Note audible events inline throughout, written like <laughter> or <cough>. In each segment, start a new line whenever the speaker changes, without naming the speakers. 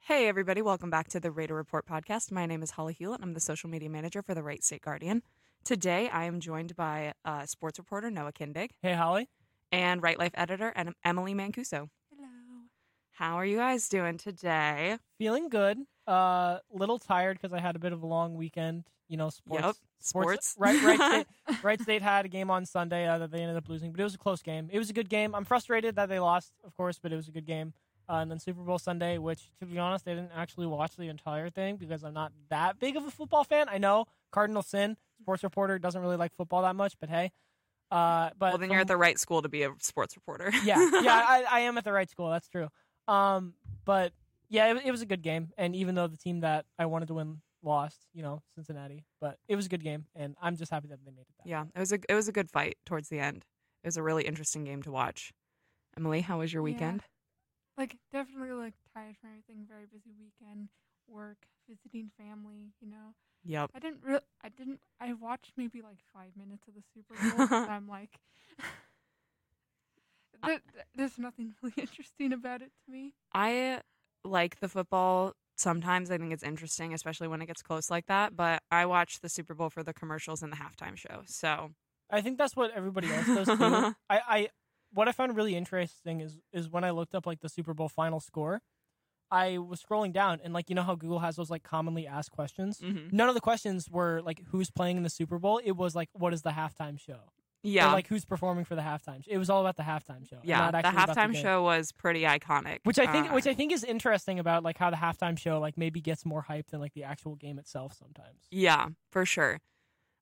Hey, everybody, welcome back to the Raider Report podcast. My name is Holly Hewlett, and I'm the social media manager for the Wright State Guardian. Today, I am joined by uh, sports reporter Noah Kindig
Hey, Holly.
and Right Life editor em- Emily Mancuso.
Hello.
How are you guys doing today?
Feeling good. Uh, little tired because I had a bit of a long weekend. You know, sports.
Yep, sports.
Right,
<laughs>
right. State, right State had a game on Sunday uh, that they ended up losing, but it was a close game. It was a good game. I'm frustrated that they lost, of course, but it was a good game. Uh, and then Super Bowl Sunday, which, to be honest, I didn't actually watch the entire thing because I'm not that big of a football fan. I know Cardinal Sin, sports reporter, doesn't really like football that much, but hey. Uh, but
Well, then you're
from-
at the right school to be a sports reporter. <laughs>
yeah, yeah, I, I am at the right school. That's true. Um, but yeah, it, it was a good game, and even though the team that I wanted to win lost, you know, Cincinnati, but it was a good game, and I'm just happy that they made it. That
yeah, it was a it was a good fight towards the end. It was a really interesting game to watch. Emily, how was your
Yeah.
weekend?
Like definitely like tired from everything. Very busy weekend, work, visiting family. You know,
Yep.
I didn't real. I didn't. I watched maybe like five minutes of the
<laughs>
Super Bowl, and I'm like, <laughs> there, there's nothing <laughs> really interesting about it to me.
I like the football. Sometimes I think it's interesting, especially when it gets close like that. But I watch the Super Bowl for the commercials and the halftime show. So
I think that's what everybody else does too. I, I what I found really interesting is is when I looked up like the Super Bowl final score, I was scrolling down, and like you know how Google has those like commonly asked questions.
mhm.
None of the questions were like who's playing in the Super Bowl. It was like what is the halftime show? Or,
yeah,
like who's performing for the halftime. show. It was all about the halftime show. and
yeah.
not
The
actually about
halftime
game.
show was pretty iconic.
which I think,
Uh,
which I think is interesting about like how the halftime show like maybe gets more hype than like the actual game itself sometimes.
Yeah, for sure.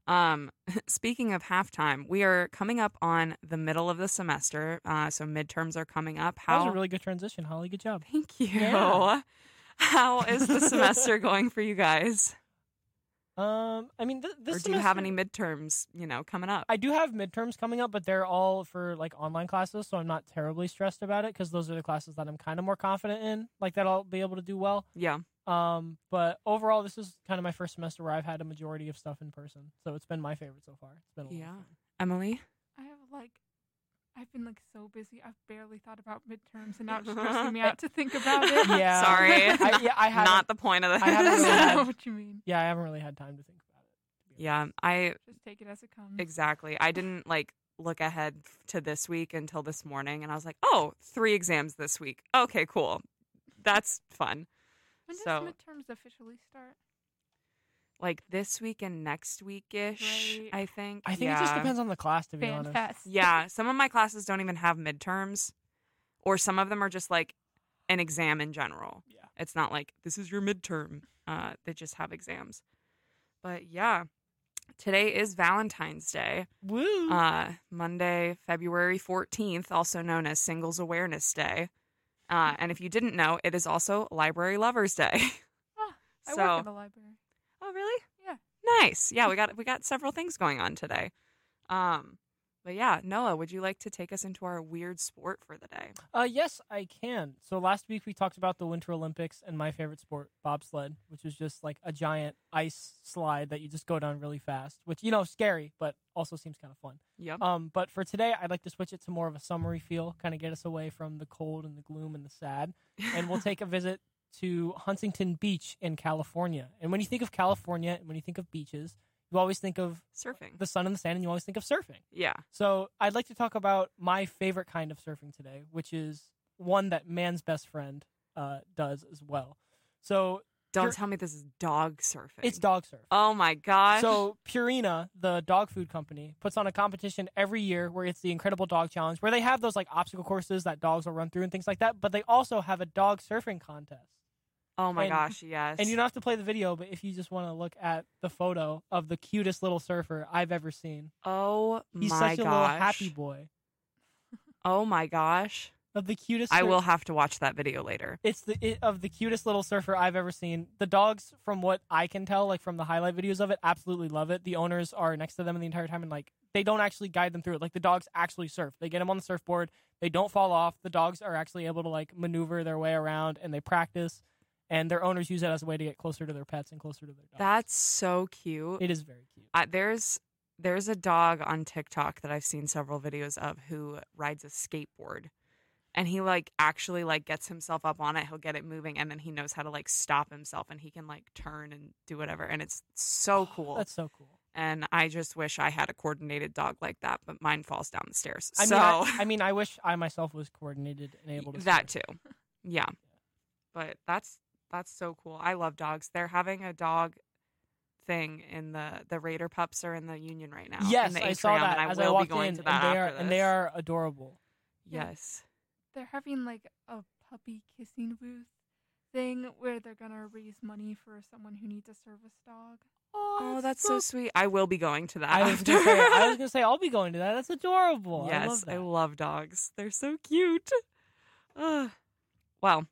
Um, <laughs> speaking of halftime, we are coming up on the middle of the semester, uh, so midterms are coming up.
That was
How?
a really good transition, Holly. Good job.
Thank you.
Yeah.
<laughs> How is the
<laughs>
semester going for you guys?
Um, I mean, th- this
or do you have
semester-
any midterms, you know, coming up?
I do have midterms coming up, but they're all for like online classes, so I'm not terribly stressed about it because those are the classes that I'm kind of more confident in, like that I'll be able to do well.
yeah.
Um, but overall, this is kind of my first semester where I've had a majority of stuff in person, so it's been my favorite so far. It's been a lot of
Yeah.
fun.
Emily?
I have like. I've been like so busy. I've barely thought about midterms, and now it's
<laughs>
stressing me out to think about it. <laughs>
Yeah.
Sorry.
<laughs> I, yeah,
<laughs>
I haven't-
Not the point of this. <laughs>
I haven't really
I
had-
know <laughs> what you mean.
Yeah, I haven't really had time to think about it. to be
yeah, I
Mm.
Just take it as it comes.
exactly. I didn't like look ahead to this week until this morning and I was like, "Oh, three exams this week. Okay, cool. That's fun."
When does
So-
midterms officially start?
like this week and next week ish.
Right.
I think.
I think
yeah.
it just depends on the class, to be
Fan
honest.
fest.
Yeah, some of my classes don't even have midterms, or some of them are just like an exam in general.
Yeah.
It's not like this is your midterm. Uh, they just have exams. But yeah, today is Valentine's Day,
Mm.
Woo!
uh, Monday, February fourteenth, also known as Singles Awareness Day. Uh,
Mm.
and if you didn't know, it is also Library Lovers Day.
Ah, I
so,
work at a library.
Oh, really?
Yeah.
Nice. Yeah, we got we got several things going on today. Um, but yeah, Noah, would you like to take us into our weird sport for the day?
uh, yes, I can. So last week we talked about the Winter Olympics and my favorite sport, bobsled, which was just like a giant ice slide that you just go down really fast, which you know scary, but also seems kind of fun.
Yep.
Um, but for today, I'd like to switch it to more of a summery feel, kind of get us away from the cold and the gloom and the sad, and we'll take a visit to Huntington Beach in California. And when you think of California and when you think of beaches, you always think of
<laughs> surfing.
the sun and the sand, and you always think of surfing.
yeah.
So I'd like to talk about my favorite kind of surfing today, which is one that man's best friend uh, does as well. So
Don't
You're-
tell me this is dog surfing.
it's dog surf.
Oh my gosh.
So Purina, the dog food company, puts on a competition every year where it's the Incredible Dog Challenge, where they have those like obstacle courses that dogs will run through and things like that. But they also have a dog surfing contest,
oh my
and-
gosh. Yes.
and you don't have to play the video, but if you just want to look at the photo of the cutest little surfer I've ever seen,
Oh
he's
my
such a little
gosh.
happy boy.
Oh my gosh.
Of the cutest,
I
sur-
will have to watch that video later.
It's the it, of the cutest little surfer I've ever seen. The dogs, from what I can tell, like from the highlight videos of it, absolutely love it. The owners are next to them the entire time, and like they don't actually guide them through it. Like the dogs actually surf. They get them on the surfboard. They don't fall off. The dogs are actually able to like maneuver their way around, and they practice. And their owners use it as a way to get closer to their pets and closer to their dogs.
That's so cute.
it is very cute.
I, there's there's a dog on TikTok that I've seen several videos of who rides a skateboard, and he like actually like gets himself up on it he'll get it moving and then he knows how to like stop himself and he can like turn and do whatever and it's
<gasps>
so cool
That's so cool.
and i just wish i had a coordinated dog like that but mine falls down the stairs
I
so
mean, I, I mean, I wish I myself was coordinated and able to.
that
steer.
too yeah but that's that's so cool i love dogs they're having a dog thing in the the raider pups are in the union right now in
Yes,
the
I saw
atrium,
that
and i
as
will
I
be
walked
going
in,
to that
and they are
after
and they
this.
are adorable.
yes
They're having like a puppy kissing booth thing where they're gonna raise money for someone who needs a service dog.
oh that's so sweet i will be going to that
I was
after
gonna say, I was gonna say, I'll be going to that. That's adorable.
yes
Oh, I love that.
dogs they're so cute Ugh. well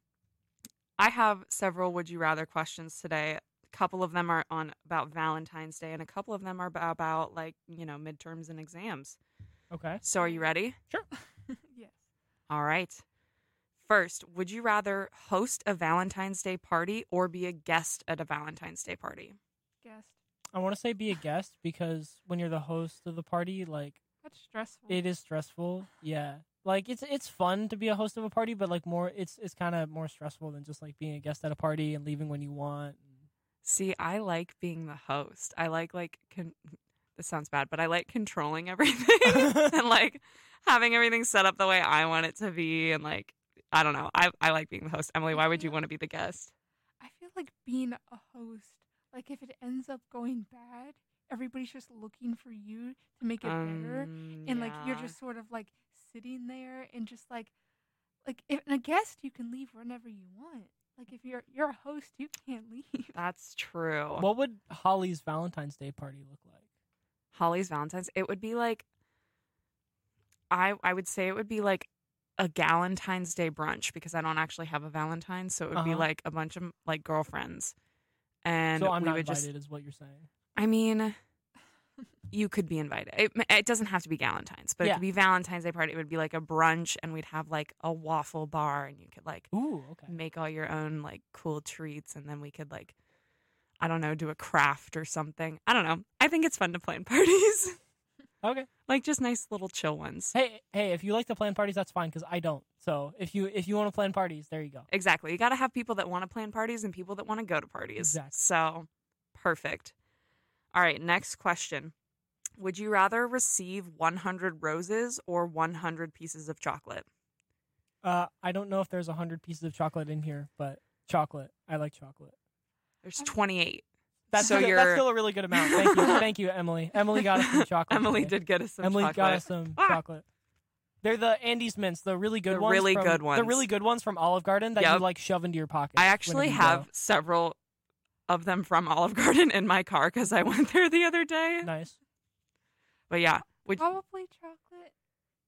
i have several would you rather questions today a couple of them are on about valentine's day and a couple of them are about, about like you know midterms and exams
okay.
so are you ready
yes.
all right first would you rather host a valentine's day party or be a guest at a valentine's day party
Guest.
I want to say be a guest because when you're the host of the party, like
That's stressful.
it is stressful. Yeah. Like it's it's fun to be a host of a party, but like more it's it's kind of more stressful than just like being a guest at a party and leaving when you want.
see i like being the host i like like con- this sounds bad but i like controlling <laughs> everything and like having everything set up the way I want it to be and like I don't know. I I like being the host. Emily, why would you want to be the guest?
I feel like being a host, like if it ends up going bad, everybody's just looking for you to make it better.
Um,
And like you're
yeah.
just sort of like sitting there and just like like if and a guest you can leave whenever you want. Like if you're you're a host, you can't <laughs> leave.
That's true.
What would Holly's Valentine's Day party look like?
Holly's Valentine's, it would be like I I would say it would be like a Galentine's Day brunch because I don't actually have a Valentine's, so it would be
Uh-huh.
like a bunch of like girlfriends. And
so I'm
we
not
would
invited,
just
is what you're saying.
I mean, you could be invited. It, it doesn't have to be Valentine's, but it
Yeah.
could be Valentine's Day party. It would be like a brunch, and we'd have like a waffle bar, and you could like
Ooh, okay.
make all your own like cool treats, and then we could like, I don't know, do a craft or something. I don't know. I think it's fun to plan <laughs> parties,
Okay.
like just nice little chill ones.
Hey, hey, if you like to plan parties, that's fine because I don't. So if you if you want to plan parties, there you go.
Exactly. You got to have people that want to plan parties and people that want to go to parties.
Exactly.
So, perfect. All right, next question. Would you rather receive 100 roses or 100 pieces of chocolate?
Uh, I don't know if there's a hundred pieces of chocolate in here, but chocolate. I like chocolate.
There's
Oh.
28.
That's
So
still, that's
you're-
still a really good amount.
<laughs>
Thank you, thank you, Emily. Emily got us some chocolate.
Emily
today.
did get us some
Emily
chocolate.
got us some
Ah!
chocolate. They're the Andes mints, the really good
The
ones.
really
from-
good
The
ones.
really good ones from Olive Garden that you
Yep.
like shove into your pocket.
I actually
whenever you
have several of them from Olive Garden in my car cuz I went there the other day.
go. nice.
But yeah, would
Probably chocolate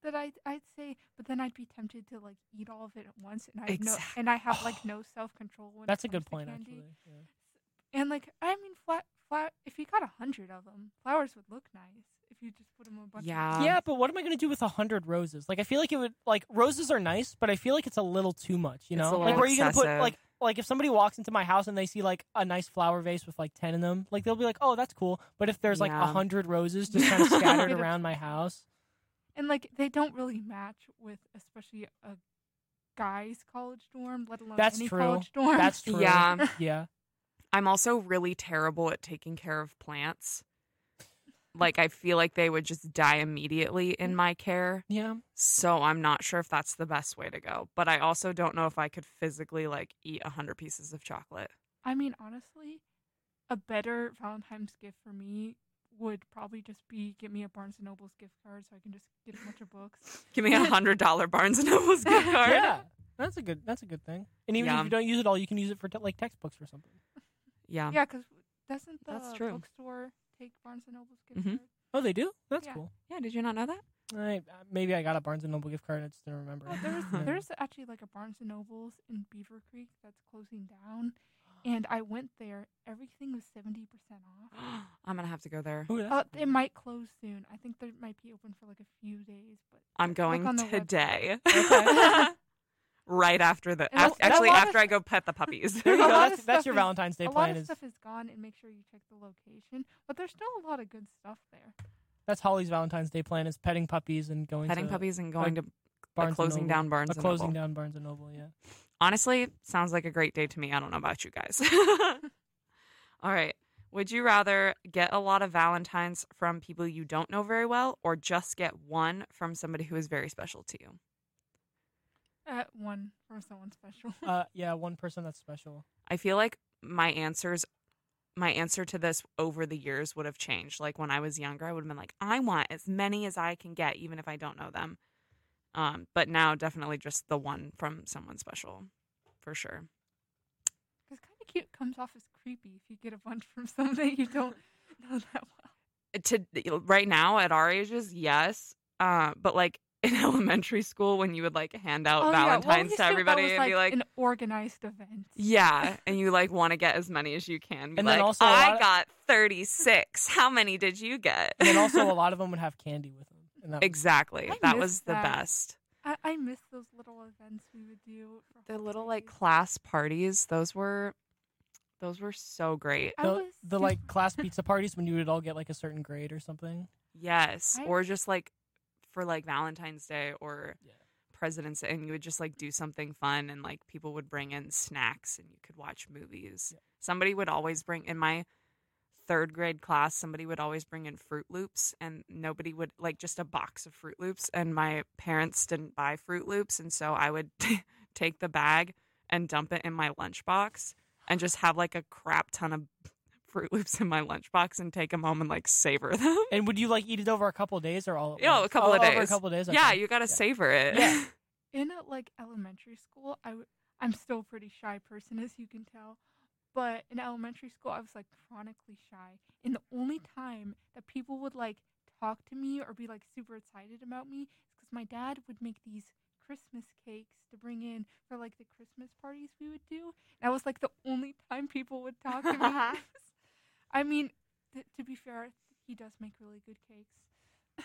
that I I'd say, but then I'd be tempted to like eat all of it at once and I have no and I have like no self control when it
Oh. That's a
comes
good
to
point,
candy.
actually. Yeah.
And like, I mean, flat, flat. If you got a hundred of them, flowers would look nice if you just put them in a bunch.
Yeah.
Of
Oh, yeah, but what am I going to do with a hundred roses? Like, I feel like it would like roses are nice, but I feel like it's a little too much. You
It's
know,
a
like
little
where are you going to put
excessive.
like like if somebody walks into my house and they see like a nice flower vase with like ten in them, like they'll be like, oh, that's cool. But if there's like a
Yeah.
hundred roses
<laughs>
just kind of scattered
Get a-
around my house,
and like they don't really match with, especially a guy's college dorm, let alone
That's
any
true.
college dorm.
that's true.
Yeah.
yeah.
I'm also really terrible at taking care of plants. Like I feel like they would just die immediately in my care.
Yeah.
So I'm not sure if that's the best way to go. But I also don't know if I could physically like eat a hundred pieces of chocolate.
<laughs> I mean, honestly, a better Valentine's gift for me would probably just be get me a Barnes and Noble's gift card so I can just get a bunch of books.
Give
<laughs>
me a hundred dollar Barnes and Noble's gift card.
Yeah. That's a good. That's a good thing. And even
Yeah.
if you don't use it all, you can use it for t- like textbooks or something.
Yeah.
Yeah, because doesn't the
That's true.
bookstore take Barnes and Noble's gift
Mhm.
card?
Oh, they do. That's
Yeah.
cool.
Yeah, Did you not know that? <gasps>
I, maybe I got a Barnes and Noble gift card. I just didn't remember.
Oh, there was
<laughs> Yeah.
there's actually like a Barnes and Nobles in Beaver Creek that's closing down, and I went there. Everything was seventy percent
<gasps>
off.
I'm gonna have to go there.
<laughs> Ooh, that's
Uh,
cool.
it might close soon. I think they might be open for like a few days, but
I'm
look
going
on the web-
today.
Okay.
<laughs> right after the
And a-
af-
and a
actually
lot of-
after I go pet the puppies.
<laughs> There
<laughs>
you go.
A lot
That's,
of
that's
stuff
your
is-
Valentine's Day
a lot
plan.
of
Is,
stuff is gone, and make sure you check the location. But there's still a lot of good stuff there.
that's Holly's Valentine's Day plan is petting puppies and going
Petting
to
puppies and going to Like
Barnes and
closing
Noble.
down Barnes
A
and
closing
Noble.
down Barnes and Noble. Yeah. <laughs>
Honestly, sounds like a great day to me. I don't know about you guys. <laughs> All right. Would you rather get a lot of Valentines from people you don't know very well or just get one from somebody who is very special to you?
Uh, one from someone special. <laughs>
Uh, yeah. One person that's special.
I feel like my answers my answer to this over the years would have changed. Like when I was younger, I would have been like, I want as many as I can get, even if I don't know them. Um, but now definitely just the one from someone special for sure.
Because kind of cute comes off as creepy if you get a bunch from something you don't
<laughs>
know that well.
to right now at our ages, yes. Uh, but like <laughs> in elementary school, when you would like hand out
Oh, yeah, well, we
Valentines
used
to
think
everybody
that was,
and
like
be like,
an organized event.
yeah,
<laughs>
and you like want to get as many as you can. Be
And then
like,
also a lot
I
of-
got thirty six. How many did you get?
And then also a lot of them would have candy with them. And that
<laughs>
was-
exactly.
I
that
miss
was the
that.
best.
I, I miss those little events we would do. For
The little like
holidays.
class parties. Those were, those were so great.
I
the,
was
the like
super-
class pizza parties when you would all get like a certain grade or something.
Yes,
I-
or just like for like Valentine's Day or
Yeah.
President's Day, and you would just like do something fun, and like people would bring in snacks, and you could watch movies.
Yeah.
Somebody would always bring in my third grade class. Somebody would always bring in Fruit Loops, and nobody would like just a box of Fruit Loops. And my parents didn't buy Fruit Loops, and so I would <laughs> take the bag and dump it in my lunchbox,
<gasps>
and just have like a crap ton of Fruit Loops in my lunchbox, and take them home and like savor them.
And would you like eat it over a couple of days or all? at
Yeah,
once?
a couple
Oh,
of
Over a
days.
couple of days.
Yeah,
okay.
you gotta
Yeah.
savor it. <laughs>
Yeah.
in uh, like elementary school, I w- I'm still a pretty shy person, as you can tell. But in elementary school, I was like chronically shy. And the only time that people would like talk to me or be like super excited about me is because my dad would make these Christmas cakes to bring in for like the Christmas parties we would do. And that was like the only time people would talk to me. <laughs> I mean, th- to be fair, he does make really good cakes.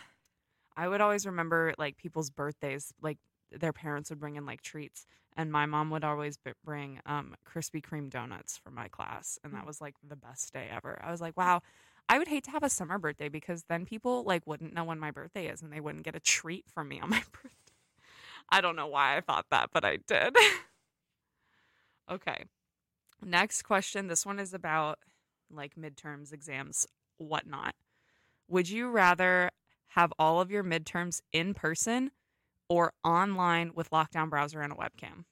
I would always remember like people's birthdays, like their parents would bring in like treats, and my mom would always b- bring um, Krispy Kreme donuts for my class, and that was like the best day ever. I was like, wow. I would hate to have a summer birthday because then people like wouldn't know when my birthday is and they wouldn't get a treat from me on my <laughs> birthday. I don't know why I thought that, but I did. <laughs> okay. Next question. This one is about like midterms, exams, whatnot. Would you rather have all of your midterms in person or online with lockdown browser and a webcam.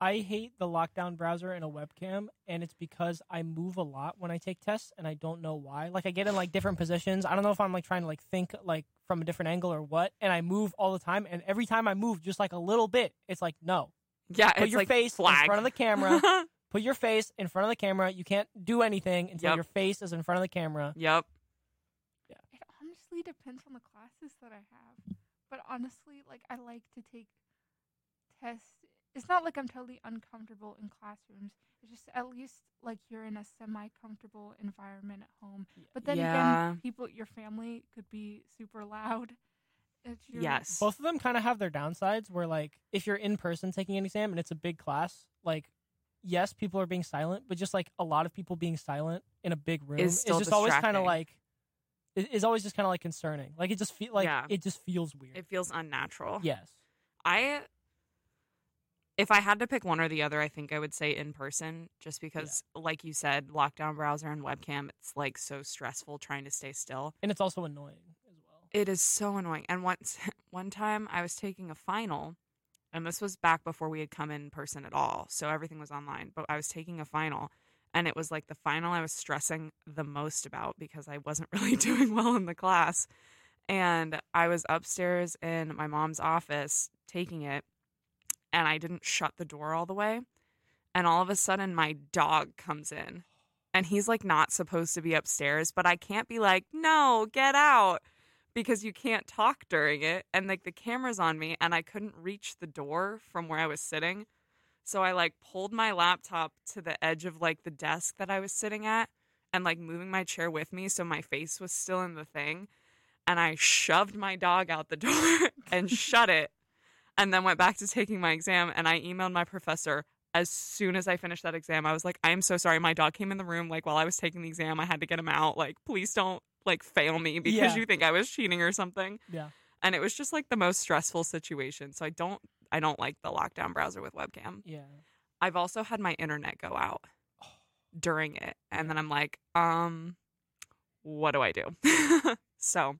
I hate the lockdown browser and a webcam, and it's because I move a lot when I take tests, and I don't know why. Like I get in like different positions. I don't know if I'm like trying to like think like from a different angle or what, and I move all the time. And every time I move, just like a little bit, it's like no.
Yeah,
Put
it's
your
like
face
flag.
in front
<laughs>
of the camera. Put your face in front of the camera. You can't do anything until
Yep.
your face is in front of the camera.
yep.
It honestly depends on the classes that I have. But honestly, like I like to take tests. It's not like I'm totally uncomfortable in classrooms. It's just at least like you're in a semi-comfortable environment at home. But then
Yeah.
again, people, your family could be super loud. It's your-
Yes.
Both of them kind of have their downsides where, like, if you're in person taking an exam and it's a big class, like, yes, people are being silent, but just like a lot of people being silent in a big room
Is still
just always kind of
distracting.
like, it- is always just kind of like concerning. Like, it just feel like
Yeah. oh.
it just feels weird.
It feels unnatural.
yes.
I if I had to pick one or the other, I think I would say in person just because like you said, lockdown browser and webcam, it's like so stressful trying to stay still.
And it's also annoying as well.
It is so annoying. And once <laughs> one time I was taking a final, and this was back before we had come in person at all, so everything was online, but I was taking a final and it was like the final I was stressing the most about because I wasn't <laughs> really doing well in the class. And I was upstairs in my mom's office taking it and I didn't shut the door all the way. And all of a sudden my dog comes in and he's like not supposed to be upstairs, but I can't be like, "No, get out." because you can't talk during it and like the camera's on me and I couldn't reach the door from where I was sitting. So I like pulled my laptop to the edge of like the desk that I was sitting at and like moving my chair with me so my face was still in the thing and I shoved my dog out the <laughs> door and shut it and then went back to taking my exam and I emailed my professor as soon as I finished that exam, I was like, I am so sorry. My dog came in the room like while I was taking the exam. I had to get him out. Like, please don't like fail me because
Yeah.
you think I was cheating or something.
Yeah.
and it was just like the most stressful situation. So I don't I don't like the lockdown browser with webcam.
Yeah.
I've also had my internet go out during it and then I'm like, um what do <laughs> I do? so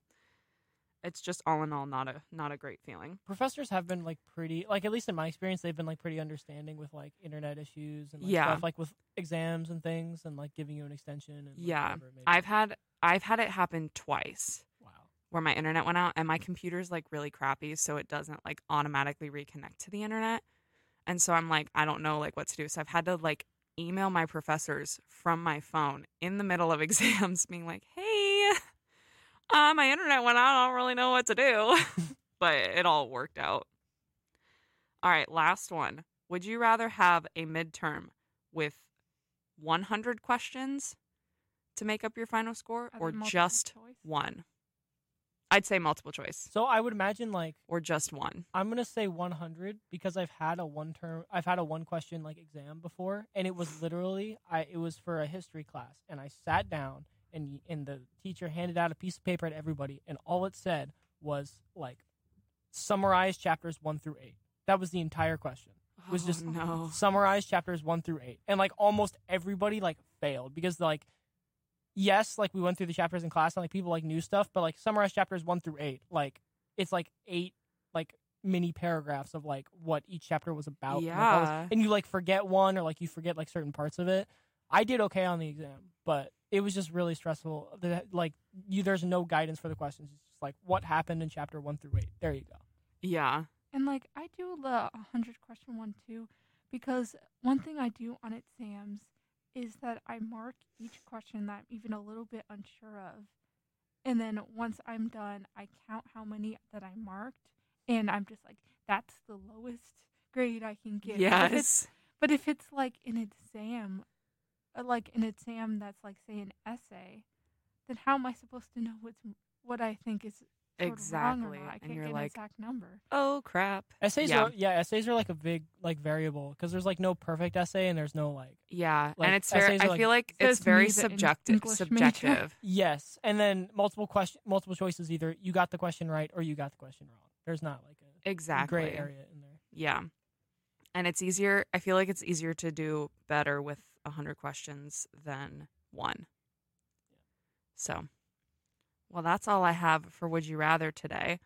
it's just all in all not a not a great feeling.
Professors have been like pretty like at least in my experience they've been like pretty understanding with like internet issues and like,
Yeah.
stuff like with exams and things and like giving you an extension and like,
Yeah.
whatever it may be.
I've had I've had it happen twice
wow.
where my internet went out and my computer's like really crappy so it doesn't like automatically reconnect to the internet. And so I'm like I don't know like what to do. So I've had to like email my professors from my phone in the middle of <laughs> exams being like, "Hey, uh, my internet went out. I don't really know what to do." <laughs> but it all worked out. All right, last one. Would you rather have a midterm with 100 questions to make up your final score
Other
or
multiple
just
choice?
one? I'd say multiple choice
So I would imagine like
or just one.
I'm gonna say 100 because I've had a one term, I've had a one question like exam before, and it was literally, I it was for a history class, and I sat down, and y- and the teacher handed out a piece of paper to everybody, and all it said was like, summarize chapters one through eight. That was the entire question. Was
Oh,
just
no.
Summarize chapters one through eight, and like almost everybody like failed because like, yes, like we went through the chapters in class, and like people like knew stuff, but like summarize chapters one through eight, like it's like eight like mini paragraphs of like what each chapter was about. and, like, all this-
Yeah.
and you like forget one or like you forget like certain parts of it. I did okay on the exam, but it was just really stressful. The, like you, there's no guidance for the questions. It's just like what happened in chapter one through eight. There you go.
Yeah.
And like I do the 100 question one too because one thing I do on exams is that I mark each question that I'm even a little bit unsure of. And then once I'm done, I count how many that I marked and I'm just like that's the lowest grade I can get. But if it's-
Yes.
But if it's like an exam, uh, like an exam that's like say an essay, then how am I supposed to know what's what I think is sort of wrong or
Exactly.
not? I
And
can't
you're
get
like,
an exact number.
<laughs> Oh crap.
Essays
Yeah.
are yeah, essays are like a big like variable because there's like no perfect essay and there's no like
Yeah,
Like,
and it's very.
essays are
I
like-
feel like
So
it's
it's
very
me, the en-
subjective.
English major.
Subjective.
yes, and then multiple question multiple choices either you got the question right or you got the question wrong. There's not like a
Exactly.
<laughs> gray area in there.
Yeah. And it's easier. I feel like it's easier to do better with 100 questions than one. So, well, that's all I have for Would You Rather today.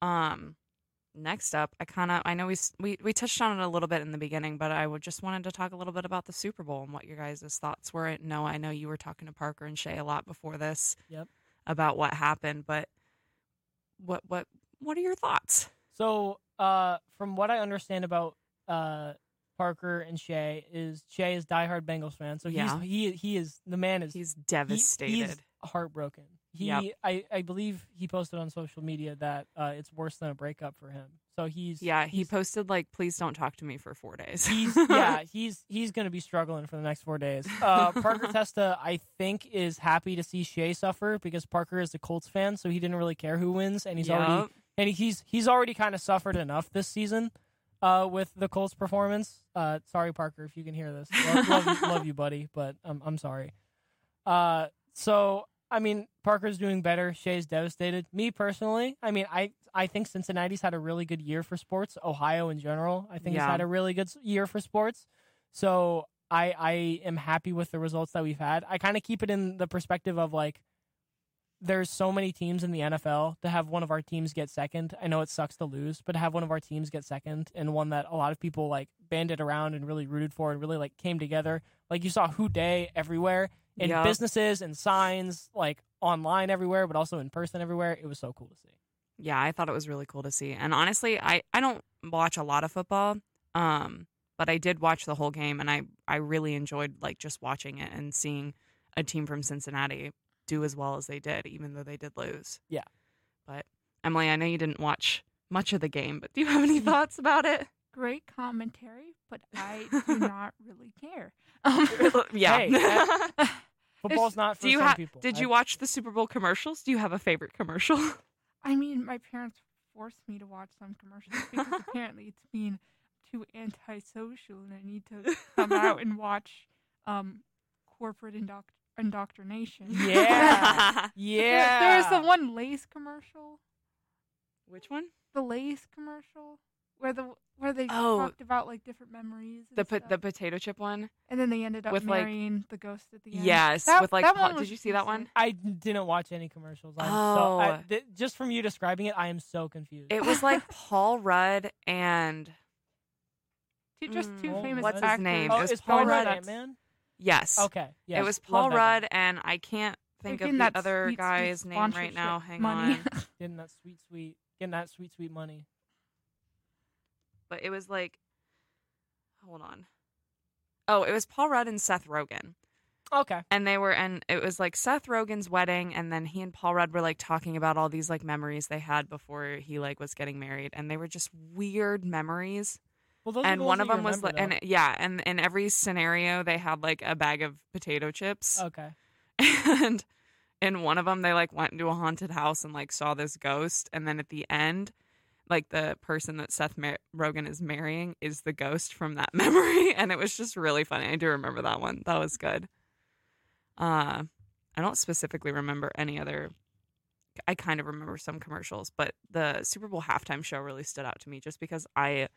Um, next up, I kind of, I know we, s- we, we touched on it a little bit in the beginning, but I would just wanted to talk a little bit about the Super Bowl and what your guys' thoughts were. No, I know you were talking to Parker and Shay a lot before this
Yep.
about what happened, but what, what, what are your thoughts?
So, uh, from what I understand about uh, Parker and Shay, is Shay is diehard Bengals fan. So
Yeah.
he's he he is the man is
He's
he-
devastated.
he's heartbroken. He
Yep.
I I believe he posted on social media that uh, it's worse than a breakup for him. So he's
Yeah, he
he's,
posted like, "Please don't talk to me for four days." <laughs>
he's yeah he's he's gonna be struggling for the next four days. Uh, Parker Testa I think is happy to see Shea suffer because Parker is a Colts fan, so he didn't really care who wins, and he's already
Yup.
and he's he's already kind of suffered enough this season uh, with the Colts' performance. Uh, sorry, Parker, if you can hear this, love, love, you, love you, buddy, but um, I'm sorry. Uh, so I mean, Parker's doing better. Shea's devastated. Me personally, I mean, I I think Cincinnati's had a really good year for sports. Ohio in general, I think,
Yeah.
has had a really good s- year for sports. So I I am happy with the results that we've had. I kind of keep it in the perspective of like there's so many teams in the NFL to have one of our teams get second. I know it sucks to lose, but to have one of our teams get second and one that a lot of people like banded around and really rooted for and really like came together. Like you saw Who Day everywhere in
Yup.
businesses and signs, like online everywhere, but also in person everywhere. It was so cool to see.
yeah, I thought it was really cool to see. And honestly, I I don't watch a lot of football, um, but I did watch the whole game, and I I really enjoyed like just watching it and seeing a team from Cincinnati do as well as they did, even though they did lose.
Yeah.
but Emily, I know you didn't watch much of the game, but do you have
<laughs>
any thoughts about it?
Great commentary, but I
<laughs>
do not really care. <laughs> Um,
yeah.
Hey, that- Football's
There's-
not
<laughs>
for
do you
some
have?
people.
Did
I-
you watch the Super Bowl commercials? Do you have a favorite commercial?
I mean, my parents forced me to watch some commercials
<laughs>
because apparently it's being too antisocial, and I need to come out and watch um, corporate indoct- indoctrination.
<laughs>
<laughs>
Yeah.
<laughs>
yeah.
There was the one Lay's commercial.
Which one?
the Lay's commercial where the where they
Oh.
talked about like different memories. And
The po-
stuff.
the potato chip one.
and then they ended up
with, like-
marrying the ghost at the end.
Yes,
That-
with like.
that
pol-
one
did
was
you see that one?
decent.
I didn't watch any commercials. I'm so, I,
Oh.
th- just from you describing it, I am so confused.
It was
<laughs>
like Paul Rudd and
Two, just two
Mm,
famous
what's his
actors.
name?
oh,
it was
it's
Paul
Paul Rudd
Rudd.
Ant Man.
yes,
Okay, yes,
it was
love
Paul
that guy.
Rudd and I can't think
Freaking
of the
that
other
sweet, sweet
guy's name right now.
sponsorship
Hang
money.
on,
<laughs>
Getting that sweet, sweet, getting that sweet, sweet money.
but it was like, hold on. Oh, it was Paul Rudd and Seth Rogen.
Okay,
and they were and it was like Seth Rogen's wedding and then he and Paul Rudd were like talking about all these like memories they had before he like was getting married and they were just weird memories
well, those are
and
the
one
ones that
of
you
them was like
remember,
and yeah and in every scenario they had like a bag of potato chips
though. okay,
<laughs> and in one of them they like went into a haunted house and like saw this ghost and then at the end like the person that Seth Mar- Rogen is marrying is the ghost from that <laughs> memory and it was just really funny I do remember that one that was good uh I don't specifically remember any other I kind of remember some commercials but the Super Bowl halftime show really stood out to me just because I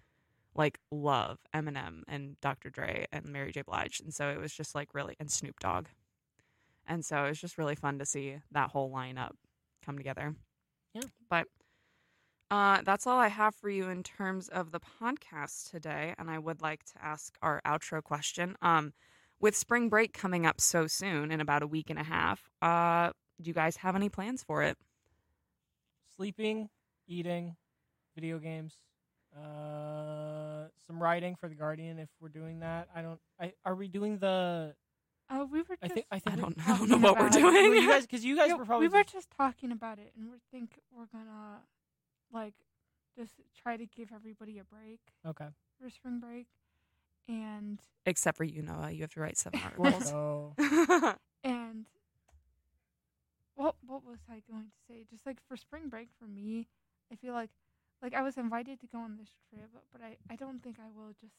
like love Eminem and Dr. Dre and Mary J Blige and so it was just like really and Snoop Dogg and so it was just really fun to see that whole lineup come together.
Yeah.
But uh, that's all I have for you in terms of the podcast today. And I would like to ask our outro question. Um, with spring break coming up so soon in about a week and a half, uh, do you guys have any plans for it?
sleeping, eating, video games, uh, some writing for the Guardian if we're doing that. I don't. I are we doing the?
Uh, we were just.
I think. I think.
I
we-
don't know,
talking
know what we're
about it.
Well,
doing.
you guys, because you guys
Yeah,
were probably.
we were
just-
just talking about it, and we think we're gonna like just try to give everybody a break
okay.
for spring break, and
Except for you, Noah. You have to write seven <laughs>
<laughs> Well,
articles.
so,
and what what was I going to say? Just like for spring break for me, I feel like like I was invited to go on this trip, but I I don't think I will just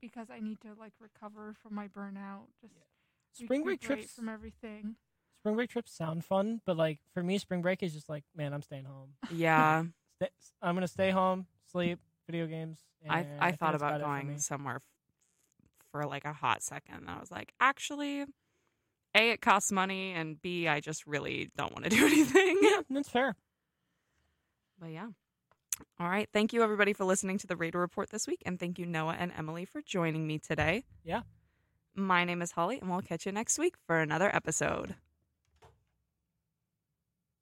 because I need to like recover from my burnout. Just
spring break
recuperate
trips.
from everything.
Spring break trips sound fun, but like for me, spring break is just like, man, I'm
<laughs>
staying home.
<laughs> yeah.
Stay, I'm gonna stay home, sleep, video games. And
I, I
think
thought
that's
about
it for me.
going somewhere f- for like a hot second. And I was like, actually, A, it costs money. And B, I just really don't want to <laughs> do anything.
Yeah, that's fair.
But yeah. All right. Thank you, everybody, for listening to the Raider Report this week. And thank you, Noah and Emily, for joining me today.
Yeah.
My name is Holly, and we'll catch you next week for another episode.